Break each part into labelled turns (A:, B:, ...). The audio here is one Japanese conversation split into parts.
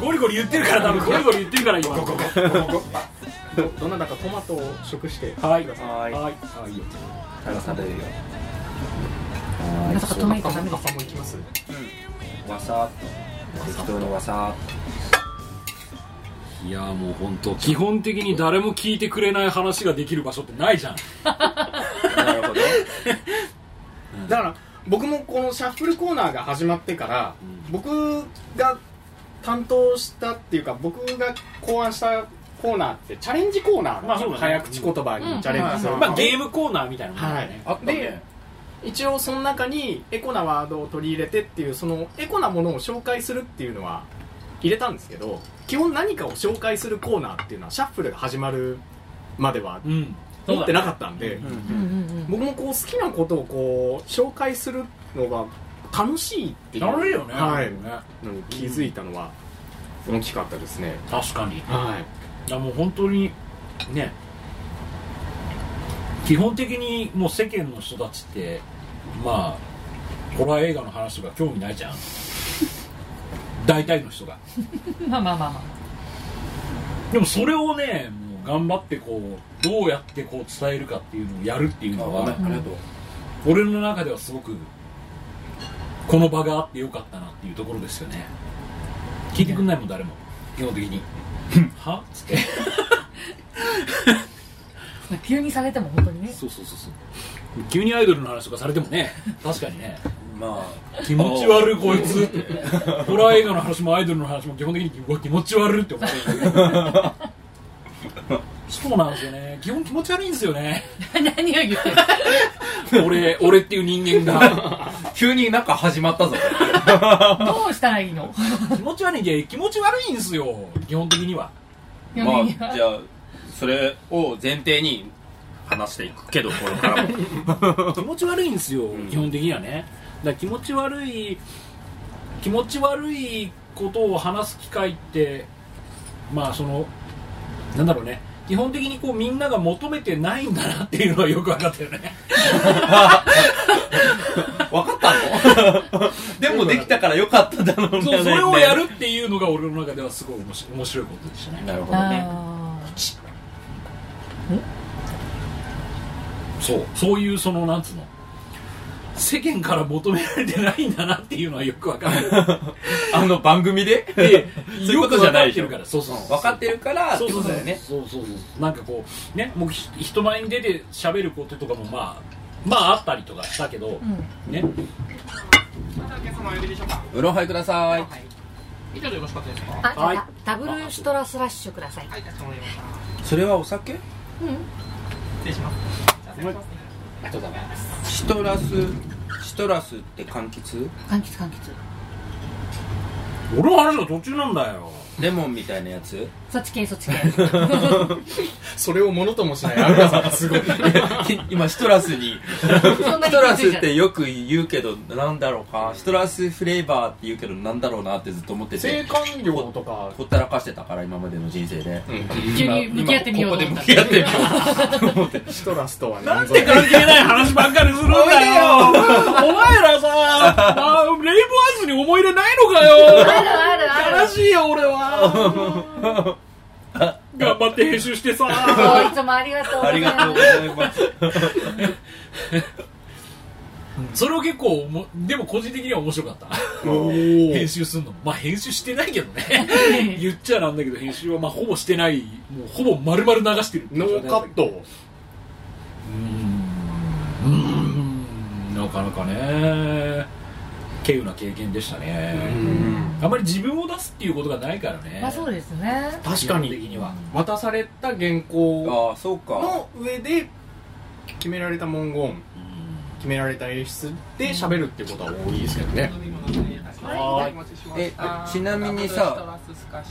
A: ゴリ言ってるから多分
B: ゴリゴリ言ってるから今
A: ここここここどなたかトマトを食して
B: はい
A: くださ
C: はい
B: はい
A: あいいよ
C: タイガさん出るよ
B: 皆さん止める
A: 赤
B: かダ
A: さん
B: メ
A: も
B: だ
A: 行きます
C: わさーっと適当のわさ
B: いやもう本当基本的に誰も聞いてくれない話ができる場所ってないじゃん
C: ーっとなるほど
A: だから僕もこのシャッフルコーナーが始まってから、僕が担当したっていうか僕が考案したコーナーってチャレンジコーナー、
B: まあそうだね
A: 早口言葉にチャレンジする、
B: まあゲームコーナーみたいなもんだ
A: は
B: よ
A: い
B: ね、
C: あったね
A: で一応その中にエコなワードを取り入れてっていうそのエコなものを紹介するっていうのは入れたんですけど基本何かを紹介するコーナーっていうのはシャッフルが始まるまでは
B: うん
A: 持ってなかったんで、
B: うん
D: うんうん
A: 僕もこう好きなことをこう紹介するのが楽しいっていう
B: なるよね、
A: はい
B: ね
A: のに気づいたのは大きかったですね、
B: 確かにい
A: はい
B: やもう本当にね基本的にもう世間の人たちってまあホラー映画の話とか興味ないじゃん 大体の人が
D: うんまあまあまあま
B: でもそれをねもう頑張ってこうどうやってこう伝えるかっていうのをやるっていう
C: あ
B: の
C: ごめ
B: は
C: んありがとう
B: 俺の中ではすごくこの場があってよかったなっていうところですよね聞いてくんないもん誰も基本的にはっつって
D: あ急にされても本当にね
B: そうそうそうそう 急にアイドルの話とかされてもね確かにね
C: まあ
B: 気持ち悪いこいつってホラー映画の話もアイドルの話も基本的にうわ気持ち悪いって思 ってるそうなんですよね基本気持ち悪いんですよね
D: 何を言って る
B: 俺俺っていう人間が
C: 急になんか始まったぞ
D: どうしたらいい の
B: 気持ち悪いんで気持ち悪いんですよ基本的には
D: 世
C: ま
D: の
C: あ
D: 中
C: じゃあそれを前提に話していくけどこれからも
B: 気持ち悪いんですよ、
C: ん
B: 基本的にはねだから気持ち悪い気持ち悪いことを話す機会ってまあそのなんだろうね基本的にこうみんなが求めてないんだなっていうのはよく分かったよね
C: 分かったの でもできたからよかっただろう
B: そうそれをやるっていうのが俺の中ではすごい面白い面白いことでしたね
C: なるほどね
D: あー
B: そうそういうそのなんつうの世間から求められてないんだなっていうのはよく分かる
C: あの番組でそう
B: で
C: いうことじゃないでし
B: よ
C: ょ
B: く分かってるからそう そう
C: 分かってるからってことだよね
B: そうそうそうそうなんかこうねもうひ人前に出て喋ることとかもまあまああったりとかしたけど、ね
C: うろんはいください
E: 以上でよろしかったですか
D: あじゃあ
B: はい
D: ダブルシトラスラッシュください
E: はい、かしこまりました
C: それはお酒
E: 失礼します
C: シトラスシトラスって柑橘
D: 柑橘柑橘
B: 俺の話が途中なんだ よ
C: レモンみたいなやつ
D: そっち系そっち系
A: それをものとも しないアルカさんがすごい
C: 今シトラスに
D: そんな
C: シ
D: に
C: トラ
D: 気
C: ス
D: づい
C: ってよく言うけどなんだろうかシトラスフレーバーって言うけどなんだろうなってずっと思ってて
A: 生還量とか
C: ほったらかしてたから今までの人生で
D: 急に向き合ってみ ようと思った
C: やってみよ
A: シトラスとは
B: なん
A: 何ぞ
B: で関係ない話ばっかりするんだよお前 らさあレイボーアイスに思い入れないのか
D: あるあるあ
B: よ悲
D: る
B: しいよ俺は 頑張って編集してさ
D: そういつもありがとうご
C: あ
D: ざ
C: り
D: いま
C: がとう
D: す
C: ございます
B: それを結構おもでも個人的には面白かった
A: おお
B: 編集するのまあ編集してないけどね 言っちゃなんだけど編集はまあほぼしてないもうほぼ丸々流してる
A: ノーカット
B: うんなかなかね稀有な経験でしたねあまり自分を出すっていうことがないからね
D: まあそうですね
A: 確か
B: 基本的に
A: に
B: は
A: 渡された原稿
C: ああそうか
A: の上で決められた文言決められた演出で喋るってことは多いですけどね
B: はい
C: えちなみにさ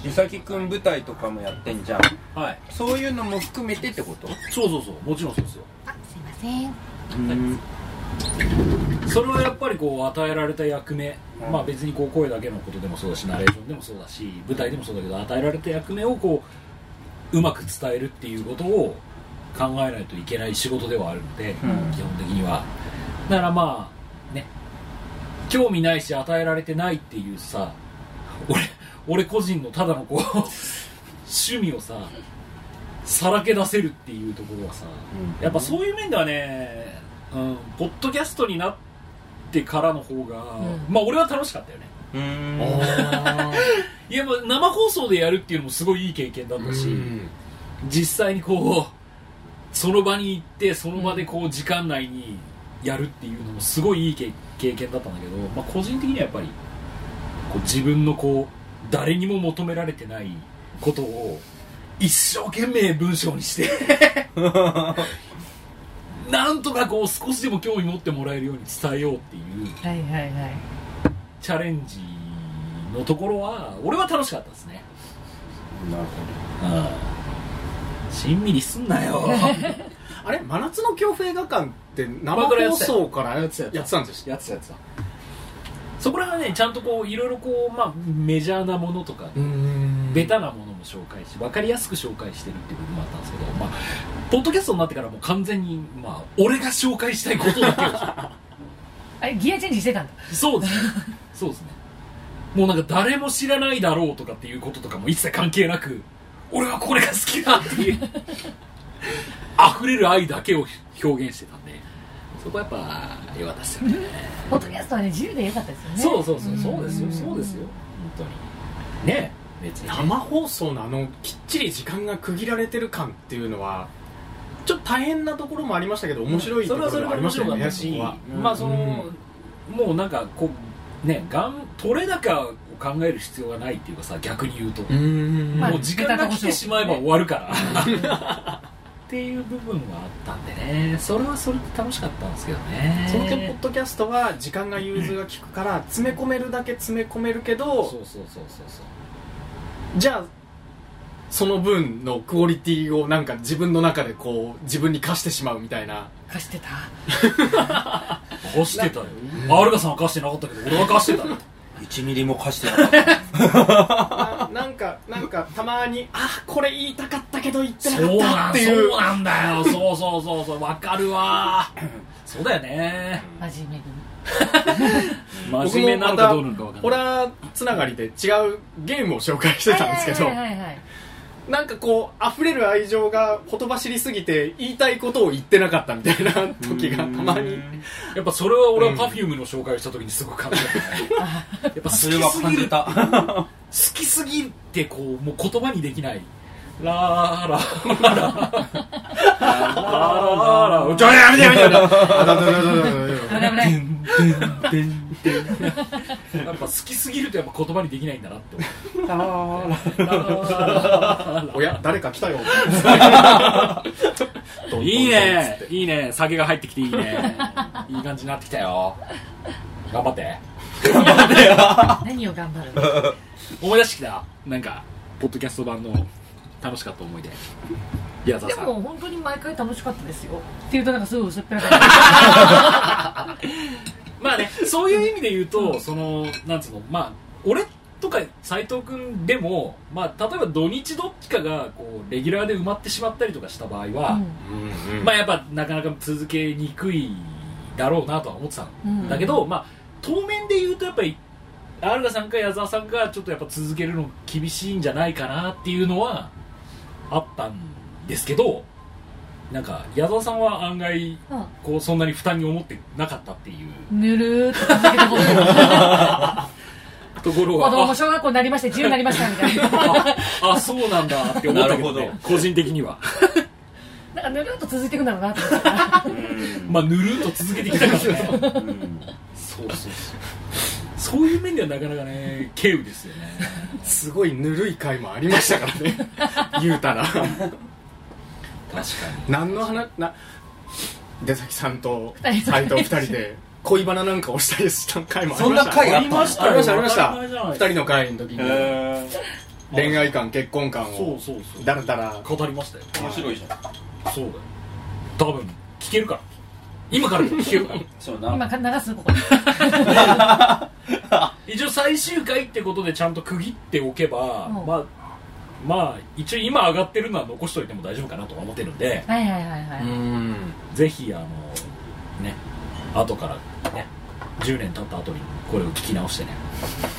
C: ゆさきくん舞台とかもやってんじゃん
B: はい
C: そういうのも含めてってこと
B: そうそうそうもちろんそうですよ
D: あすいません
C: うん
B: それはやっぱりこう与えられた役目、まあ、別にこう声だけのことでもそうだしナレーションでもそうだし舞台でもそうだけど与えられた役目をこううまく伝えるっていうことを考えないといけない仕事ではあるので、
C: ん
B: 基本的にはだからまあね興味ないし与えられてないっていうさ俺俺個人のただのこう 趣味をささらけ出せるっていうところはさ、
C: うん
B: やっぱそういう面ではね、うん、ポッドキャストになってからの方が、
D: うん
B: まあ俺は楽しかったよね
C: うーん
B: いやまあ生放送でやるっていうのもすごいいい経験だったし、実際にこうその場に行ってその場でこう時間内にやるっていうのもすごいいい経経験だったんだけど、まあ、個人的にはやっぱりこう自分のこう誰にも求められてないことを一生懸命文章にしてなんとかこう少しでも興味持ってもらえるように伝えようっていう
D: はいはいはい
B: チャレンジのところは俺は楽しかったですね
C: なる
B: うんしんみりすんな よ
A: あれ真夏の恐怖映画館って生
B: これや
A: 放
B: ってた
A: 送からやって
B: やって
A: たんですよ
B: やつやつそこら辺はねちゃんとこういろいろこう、まあ、メジャーなものとか、ベタなものも紹介し分かりやすく紹介してるっていうこともあったんですけど、まあ、ポッドキャストになってからもう完全に、まあ、俺が紹介したいことだけを
D: あれギアチェンジしてたんだ
B: そうですね。そうですね。もうなんか誰も知らないだろうとかっていうこととかも一切関係なく、俺はこれが好きだって いう、溢れる愛だけを表現してたんで、そこはやっぱ良かったですよね。
D: ポッドキャストはね自由でよかったですよね
B: そうそうそう、
D: ん
B: そうですよ、そうですよ。本当に。ねえ、別に。
A: 生放送のあのきっちり時間が区切られてる感っていうのはちょっと大変なところもありましたけど面白いところもありましたよね
B: それ
A: そこ
B: は
A: は
B: それで面白かったし、まあその、もうなんかこうねがん取れ高を考える必要がないっていうかさ逆に言うと、
A: うんうん
D: まあ
B: もう時間が来てしまえば終わるから、 っていう部分はあったんでねそれはそれで楽しかったんですけどね
A: その点ポッドキャストは時間が融通が利くから詰め込めるだけ詰め込めるけ
B: そ
A: ど
B: うそうそうそうそう
A: じゃあその分のクオリティをなんか自分の中でこう自分に課してしまうみたいな
D: 貸してた
B: 貸してたよアルガさんは貸してなかったけど俺は貸してたよ
C: 1ミリも貸してなかった
A: ななんかなんかたま にあこれ言いたかったけど言ってな
B: そう
A: かった
B: な
A: っ
B: ん
A: ていう
B: そうなんだよそうそうそうそうわかるわそうだよね
D: 真面目に
B: 真
A: 僕も
B: 面目な
A: ま
B: のか
A: た
B: どうなのかわかん
A: ホ
B: ない
A: ラーつながりで違うゲームを紹介してたんですけど
D: はいはいはいはい
A: なんかこう溢れる愛情がほとばしりすぎて言いたいことを言ってなかったみたいな時がたまに
B: やっぱそれは俺は Perfume の紹介をした時にすごく感 じた、やっぱ好き
C: そ
B: す
C: れは感
B: ぎ
C: じ
B: る
C: た
B: 好きすぎてこうもう言葉にできないラーラーラーラーラーラーちょやめてやめてやめて
D: 危ない危ない
B: やっぱ好きすぎるとやっぱ言葉にできないんだなって思
A: おや誰か来たよ
B: ういいねいいね酒が入ってきていいねいい感じになってきたよ頑張って
D: 何を頑張るの
B: 思い出してきたなんかポッドキャスト版の楽しかった思い出矢沢
D: で
B: さん
D: も本当に毎回楽しかったですよっていうとなんかすごい薄っぺらかった
B: まあね、そういう意味で言うと、その、なんつうの、まあ、俺とか斎藤君でも、まあ、例えば土日どっちかが、こう、レギュラーで埋まってしまったりとかした場合は、まあ、やっぱ、なかなか続けにくいだろうなとは思ってた
D: うん
B: だけど、まあ、当面で言うと、やっぱり、アルガさんか矢沢さんが、ちょっとやっぱ続けるの厳しいんじゃないかなっていうのは、あったんですけど、なんか、矢沢さんは案外、こう、そんなに負担に思ってなかったっていう。
D: うんぬるーっと続けたこと
B: ところ
D: 子
B: は
D: 供も小学校になりまして自由になりましたみたいな
B: ああ あそうなんだって思ったけど,、
C: なる
B: ね
C: ほど、
B: 個人的には
D: なんかぬるっと続いていくんだろうなと思って
B: まあぬるっと続けてきたからね
C: うん
B: そうそうそうそういう面ではなかなかね軽有ですよね
A: すごいぬるい回もありましたからね言うたら
B: 確かに
A: 何の話な出崎さんと
D: 二人
A: 斎藤2人で恋バナなんかをしたりした回もありまし
C: そんな
A: た
C: 回あった
A: ありましたありま
B: 当
A: した
B: たり前じゃない
A: 2人の会の時に
C: へー
A: 恋愛観結婚観
B: そ
A: を
B: うそうそう
A: だらだら
B: 語りましたよ
C: 面白いじゃん
B: そうだよ多分聞けるから今からでも聞けるから
C: そう
D: 今
C: な
D: 流すここに
B: 一応最終回ってことでちゃんと区切っておけば、
D: うん
B: まあまあ一応今上がってるのは残しといても大丈夫かなとは思ってるんで
D: はいはいはいはい、
A: うん
B: ぜひあのね後からね10年経った後にこれを聞き直してね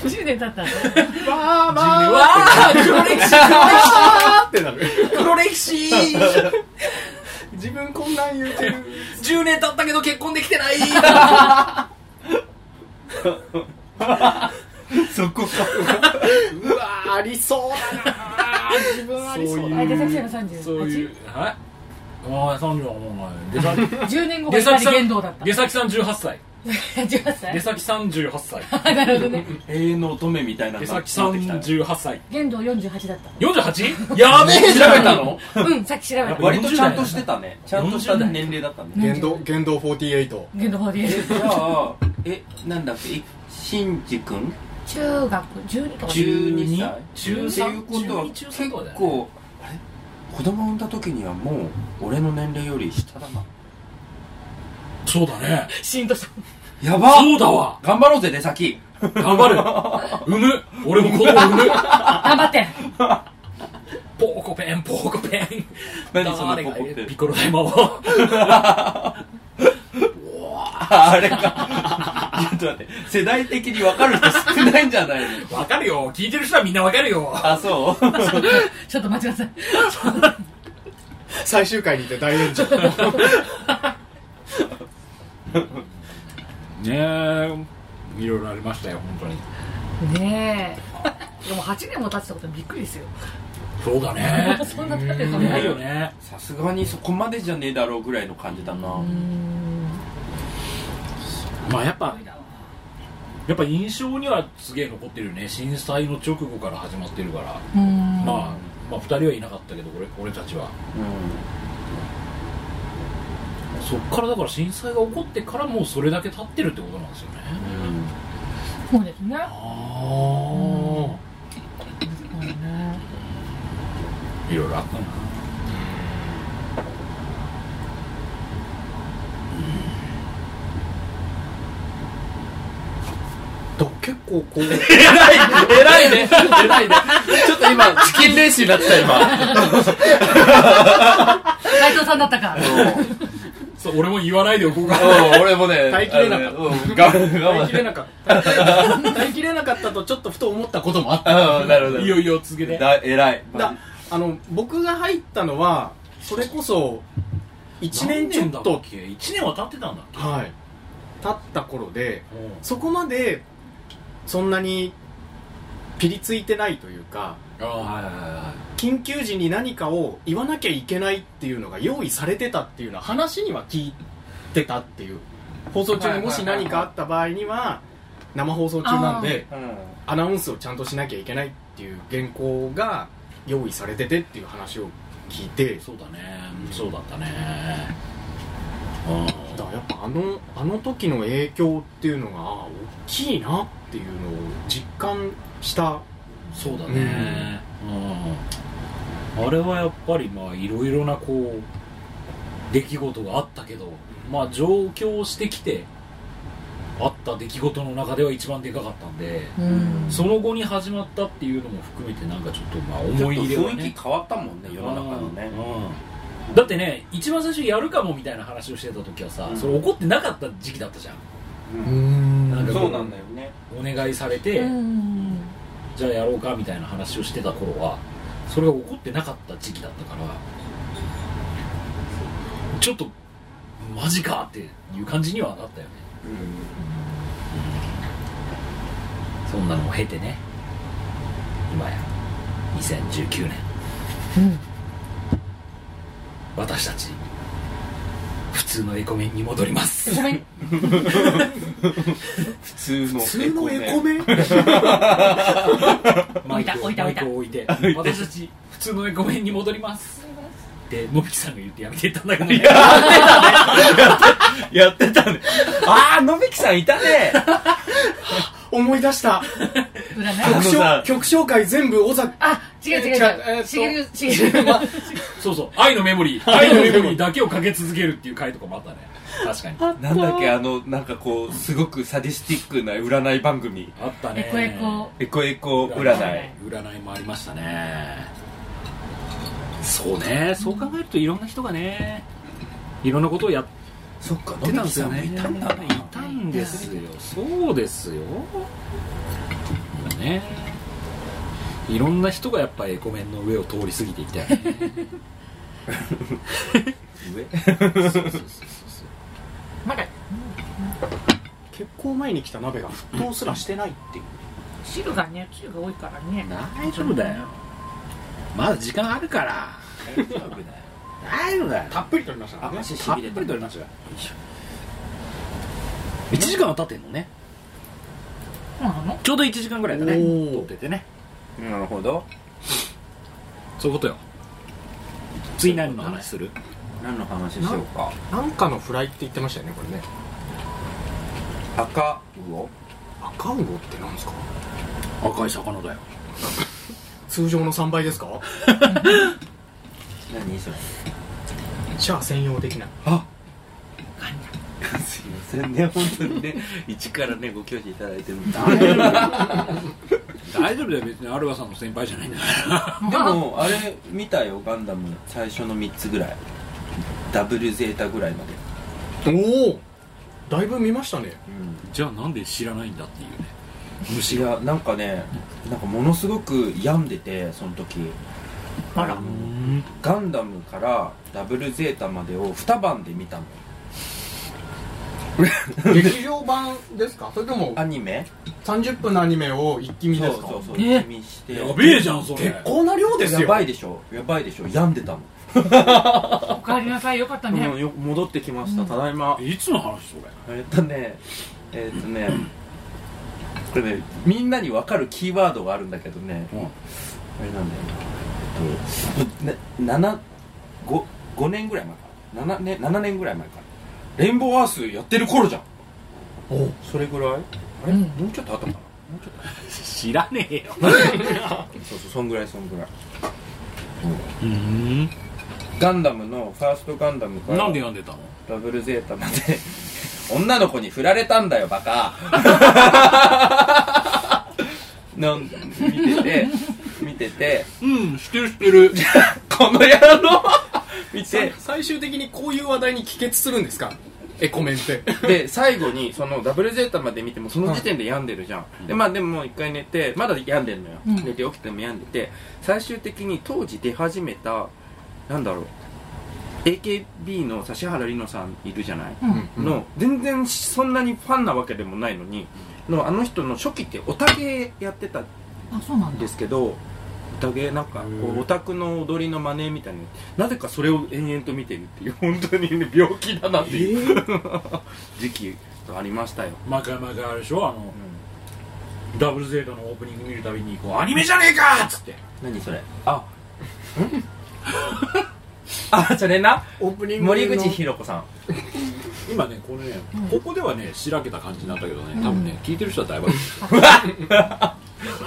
D: 10年経ったんだ
A: わあまあ
B: わあ黒歴史
A: あーってなる
B: 黒歴史
A: 自分こんなん言うてる
B: 10年経ったけど結婚できてない
C: そこか
A: うわーありそうだなー自分ありそうだ
D: あ
A: な
D: 出先生が
B: そういう
D: 38
B: はいおい30は出 先
D: 10年後が
B: 出
D: 光
B: 先さん
D: 言動だった
B: 出先さん18歳
D: 18
B: 出
D: 歳
B: 先さん18歳
D: あなるほどね
C: 永遠の乙女みたいな
B: 出先さん18歳
D: 言動48だっ
B: 48? やべえ調べたの
D: たうんさっき調べた
B: やっぱ
C: 割とちゃんとしてたねちゃんとした年齢だったね
A: 言動言動48
D: 言動
C: えじ
D: 48
C: ゃあえなんだっけえシンジ君
D: 中学12とか
C: 12歳
B: 中
C: っていうことは
B: 12
C: 結
B: 中3とかだよね
C: 構あれ子供産んだ時にはもう俺の年齢より下だな
B: そうだね
D: しんとした
C: やば
B: そうだわ
C: 頑張ろうぜ出先
B: 頑張 る産む俺も子供産む
D: 頑張って
B: ポーコペンポーコペン
C: 何その
B: 誰
C: ポ
B: が
C: コって
B: ピッコロ大魔王
C: ああれか ちょっと待って世代的に分かる人少ないんじゃないの
B: わかるよ聞いてる人はみんなわかるよ
C: あそう
D: ちょっと待ちなさい
A: 最終回にいて大炎上
B: ねえいろいろありましたよ本当に
D: ねえでも8年も経つってことにびっくりですよ
B: そうだね
D: そんな経ってるの
B: な
D: ないい
B: よ
D: よ
B: ね
C: さすがにそこまでじゃねえだろうぐらいの感じだな
B: まあやっぱやっぱ印象にはすげえ残ってるよね震災の直後から始まってるから、
D: うん
B: まあまあ2人はいなかったけど俺俺たちはそっからだから震災が起こってからもうそれだけ経ってるってことなんですよね
D: そうですね
B: ああ
D: そうね
B: いろいろあったな
A: と結構こう
C: 偉いね偉いねちょっと今チキンレースになってた今
D: 斉藤さんだったか
B: そう俺も言わないでおこうか
C: うん俺もね
A: 耐えきれなかった
C: った
A: 耐え
C: 我
A: きれ
C: 慢
A: なかった耐えきれなかったとちょっとふと思ったこともあった
C: うんなるほど
B: いいよいいよ続けて
C: だ偉い
A: だあの僕が入ったのはそれこそ1年ちょっ
B: 何年だ
A: と
B: っけ1年は経ってたんだっけ
A: はい経った頃でそこまでそんなにピリついてないというか
B: ああはいはいは
A: 緊急時に何かを言わなきゃいけないっていうのが用意されてたっていうのは話には聞いてたっていう放送中にもし何かあった場合には生放送中なんで
C: うん
A: アナウンスをちゃんとしなきゃいけないっていう原稿が用意されててっていう話を聞いて
B: いそうだねそうだったねうん
A: だからやっぱあのあの時の影響っていうのがあー大きいなっていうのを実感した
B: そうだね、うんあれはやっぱりまあいろいろなこう出来事があったけどまあ上京してきてあった出来事の中では一番でかかったんで、
D: らうん
B: その後に始まったっていうのも含めてなんかちょっとまあ
C: ちょ
B: 思
C: っ
B: い
C: と
B: 入れは
C: 雰囲
B: ね
C: 気変わったもんね世の中のね
B: うんうんだってね一番最初やるかもみたいな話をしてた時はさ、
C: うん
B: それ怒ってなかった時期だったじゃん
A: ん
B: なんか
C: そうなんだよね
B: お願いされて、
D: うん
B: じゃあやろうかみたいな話をしてた頃はそれが起こってなかった時期だったからちょっとマジかっていう感じにはなったよねそんなのを経てね今や2019年
D: うん
B: 私たち普通のエコメンに戻ります
D: ごめん
C: 普通の
A: 普通のエコ
C: メ
A: メ
B: マイクを
D: 置いた置いた
B: マイクを置いて私たち普通のエコメンに戻りますで野木さんが言ってやめていったんだけどね
C: やってたね ああ野引さんいたね
A: 思い出 した
D: 占い
A: 曲
C: あのさ
A: 紹曲紹介全部尾崎
D: あ違う違う違うしげるしげる
B: そうそう愛のメモリー 愛のメモリーだけをかけ続けるっていう回とかもあったね確かにあ
C: なんだっけあのなんかこうすごくサディスティックな占い番組
B: った
D: エ
B: ね
D: コエコ
C: エコエコ占い
B: 占いもありましたねそうねそう考えるといろんな人がねいろんなことをやっ
C: そっか
B: てたんですよね
C: 野引
B: いたんなんですよそうですよねいろんな人がやっぱエコメンの上を通り過ぎていったよねそうそうそうそう
E: まだ
A: 結構前に来た鍋が沸騰すらしてないっていう
E: 汁がね汁が多いからね
B: 大丈夫だよまだ時間あるから
C: 大丈夫だよ
B: 大丈夫だよ
A: たっぷり取りましたね
C: 足
B: たっぷり取りましたよ1時間は経ってんのね
E: そうなの
B: ちょうど1時間ぐらいだね
A: おー
B: 撮っててね
C: なるほど
B: そういうことよ次何の話する
C: 何の話しようか
A: なんかのフライって言ってましたよねこれね
C: 赤魚
A: 赤魚ってなんですか
B: 赤い魚 だよ
A: 通常の3倍ですか
C: 何それ
A: シャア専用的な
C: あすいませんね本当にね一からねご教示いただいてるんで
B: 大丈夫だよ大丈夫だよ別にアルバさんの先輩じゃないんだから
C: でもあれ見たよガンダム最初の3つぐらいダブルゼータぐらいまで
A: おおだいぶ見ましたね
C: うん
B: じゃあなんで知らないんだっていうね
C: 虫がなんかねなんかものすごく病んでてその時
E: あら
C: ガンダムからダブルゼータまでを2晩で見たの
A: 劇場版ですかそれとも
C: アニメ
A: 30分のアニメを一気見
C: そ
A: で
C: う
A: すか
C: そうそう
E: え
C: 一気見して
B: やべえじゃんそれ
A: 結構な量ですよ
C: やばいでしょやばいでしょ病んでたの、
E: おかえりなさいよかったね、
C: うんよ戻ってきましたただいま
B: いつの話それ
C: えっとねえっとねこれねみんなに分かるキーワードがあるんだけどねあれなんだよなえっとな75 5年ぐらい前かな7年 ,7 年ぐらい前かなレインボーアースやってる頃じゃん
A: お
C: それぐらいあれ、
E: うん
C: もうちょっとあった かなもうちょっとあっ
B: 知らねえ よ
C: たそうそうそんぐらいそんぐらい
B: うん
C: ガンダムのファーストガンダムから
B: なんで病んでたの
C: ダブルゼータまで 女の子に振られたんだよバカ なん見てて見てて
B: うん知ってる知ってる
C: この野郎見
A: さ
C: て
A: 最終的にこういう話題に帰結するんですかエコメンって
C: で最後にそのダブルゼータまで見てもその時点で病んでるじゃん、でまあでももう一回寝てまだ病んでるのよ、
E: うん
C: 寝て起きても病んでて最終的に当時出始めたなんだろう AKB の指原莉乃さんいるじゃない、
A: うん
C: の全然そんなにファンなわけでもないのにのあの人の初期ってオタ芸やってたん
E: あそうなんだ
C: ですけどオタ芸なんかこ
B: うん
C: うオタクの踊りの真似みたいななぜかそれを延々と見てるっていう本当にね病気だなっていう、時期がありましたよ、
B: 毎回毎回あれでしょあのダブルゼータのオープニング見るたびにこうアニメじゃねえかっつって
C: 何それあ んあそれな
A: オープニングの
C: 森口博子さん
B: 今ねこれね、ここではねしらけた感じになったけどね多分ね、聞いてる人はだいぶ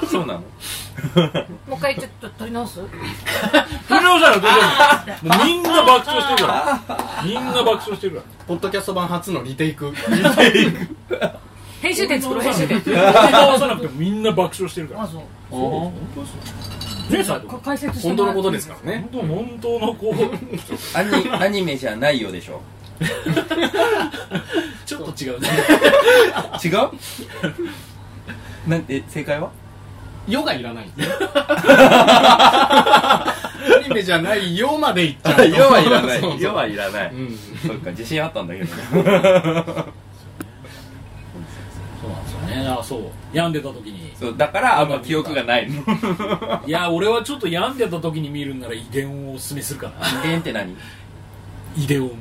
C: そうなの
E: もう一回ちょっと取り直す
B: どうしようどうしようもうみんな爆笑してる からみんな爆笑してるか
A: ポッドキャスト版初のリテイク
E: 編集点作ろう編集点
B: ら取り直さなくてもみんな爆笑してるから
E: あそう
B: 本当ですよ
E: これ解説して
A: 本
E: も
A: 当
E: ら
A: の
E: う
A: ことですからね
B: 本当本当のこう
C: アニアニメじゃないよでしょ
B: ちょっと違うね
C: 違うなんで正解は
A: 世がいらないアニメじゃない世までいっちゃう と
C: 世はいらな
A: そうそう
C: い世はいらない、
A: うん
C: そっか自信あったんだけどね
B: そうなんですよねあそう病んでた時に
C: そうだからあんま記憶がないの遺
B: いや俺はちょっと病んでた時に見るんなら遺伝をおすすめするかな
C: 伝って何遺
B: 遺伝を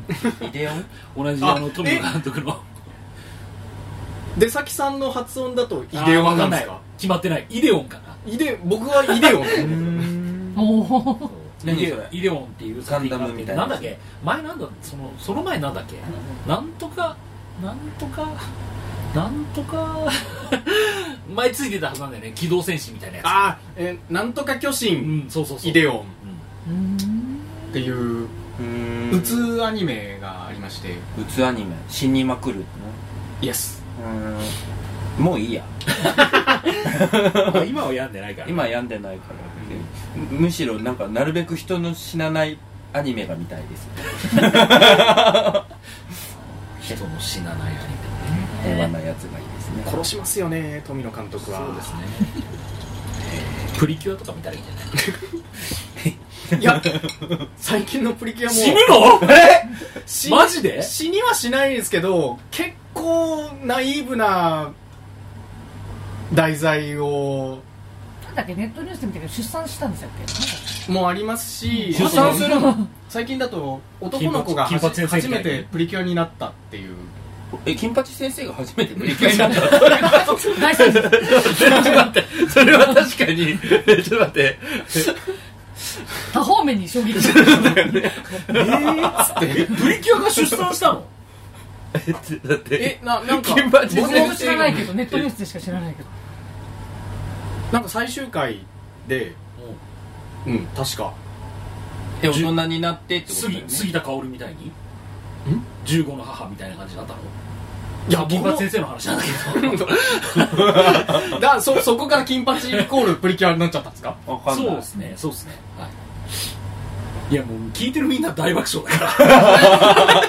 C: 伝音
B: 同じ
A: あ
B: あの富野監督の
A: 出先さんの発音だとイデオンなんです
B: あわ
A: か
B: い決まってないイデオンかな
A: イデ僕はイデオン
E: おー
C: 何
B: イデ
C: そ
B: オン
C: れ
B: イデオンっていう作品があっ
C: ガンダム
B: て
C: みたいな
B: なんだっけ前なんだそのその前なんだっけなんとかなんとかなんとか 前ついてたはずなんだよね機動戦士みたいなやつ
A: あーえーなんとか巨
B: う
A: 神
B: んそうそうそう
A: イデオン
E: うーん
A: っていう
C: うーん
A: うつアニメがありまして
C: うつアニメ死にまくる
A: イエス
C: うーんもういいや
B: うん今は病んでないから
C: 今病んでないから、むむしろなんかなるべく人の死なないアニメが見たいです
B: 人の死なないアニメね
C: 平
A: 倒しますよね富野監督は
B: そうですねプリキュアとか見たらいいんじゃない
A: いや最近のプリキュアも
B: の
A: 死
B: マジで
A: 死にはしないですけど結構ナイーブな題材を
D: なんだっけネットニュースで見たけど出産したんですよ
A: もありますし
B: 出産するの
A: あと最近だと男の子が
B: 金髪金髪先生
A: 初めてプリキュアになったっていう
C: え金八先生が初めてプリキュアになった
D: 大好き
C: ちょっと待って それは確かに えちょっと待って
D: 多方面に衝撃
A: えーっつって
B: プリキュアが出産したの
C: えちょっと待って
A: えななん か
C: 金八先
D: 僕
C: 生
D: も知らないけどネットニュースでしか知らないけど
A: なんか最終回でうん確か
C: え大人になってってことだ
B: 杉
C: よね
B: 杉田香織みたいに
A: ん
B: 15の母みたいな感じだったの
A: いや
B: 金
A: 僕
B: 髪
A: も
B: 先生の話なんだけど
A: だそそこから金八イコールプリキュアになっちゃったんですか
C: わ かん
B: そう
C: な
B: で
C: い
B: すねそうですねはいいやもう聞いてるみんな大爆笑だから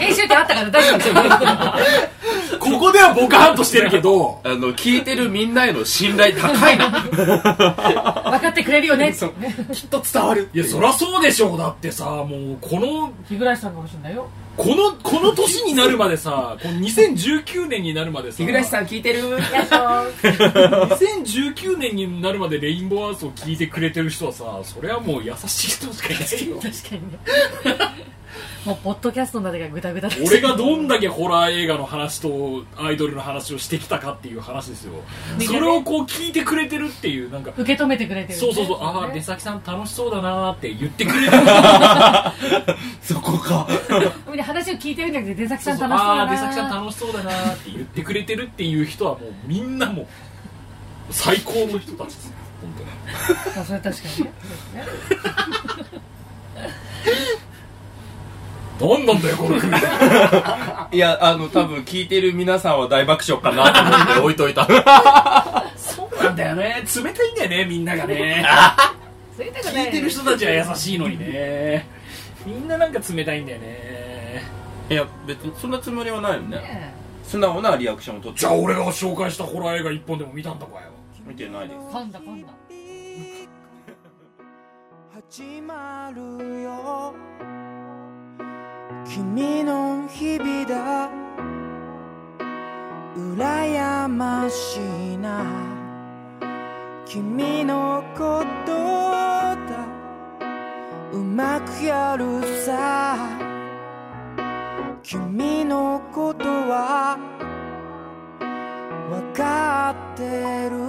E: 編集点あったから大丈夫ですよ
B: ここではボカーンとしてるけど
C: あの聞いてるみんなへの信頼高いな
D: 分かってくれるよねって
A: きっと伝わる
B: いやそりゃそうでしょうだってさもうこの
D: 日暮さんかもしれないよ
B: このこの年になるまで さこの2019年になるまでさ
C: ん聞いてる
B: 2019年になるまでレインボーアースを聞いてくれてる人はさそれはもう優しい人しかいないよ
D: 確かにねもうポッドキャストまでがグダグダだ
B: 俺がどんだけホラー映画の話とアイドルの話をしてきたかっていう話ですよそれをこう聞いてくれてるっていうなんか
D: 受け止めてくれてる
B: そうそうそうああ出先さん楽しそうだなーって言ってくれる
C: そこか
D: で話を聞いてるんじゃなくて出崎さん楽しそう
B: あ
D: だ
B: あー出先さ
D: なん
B: 楽しそうだなーって言ってくれてるっていう人はもうみんなもう最高の人たちですよ本当に
D: まあそれは確かにねそうですね
B: 何なんだよこの国
C: いやあの多分聞いてる皆さんは大爆笑かなと思って置いといた
B: そうなんだよね冷たいんだよねみんながね
D: そういうとこね
B: 聞いてる人たちは優しいのにねみんななんか冷たいんだよね
C: いや別にそんなつもりはないよね
D: ね
C: 素直なリアクションを取って
B: じゃあ俺が紹介したホラー映画一本でも見たんだかよ
C: 見てないです
D: えパンダパンダ
F: 始まるよ君の日々だ羨ましいな君のことだうまくやるさ君のことはわかってる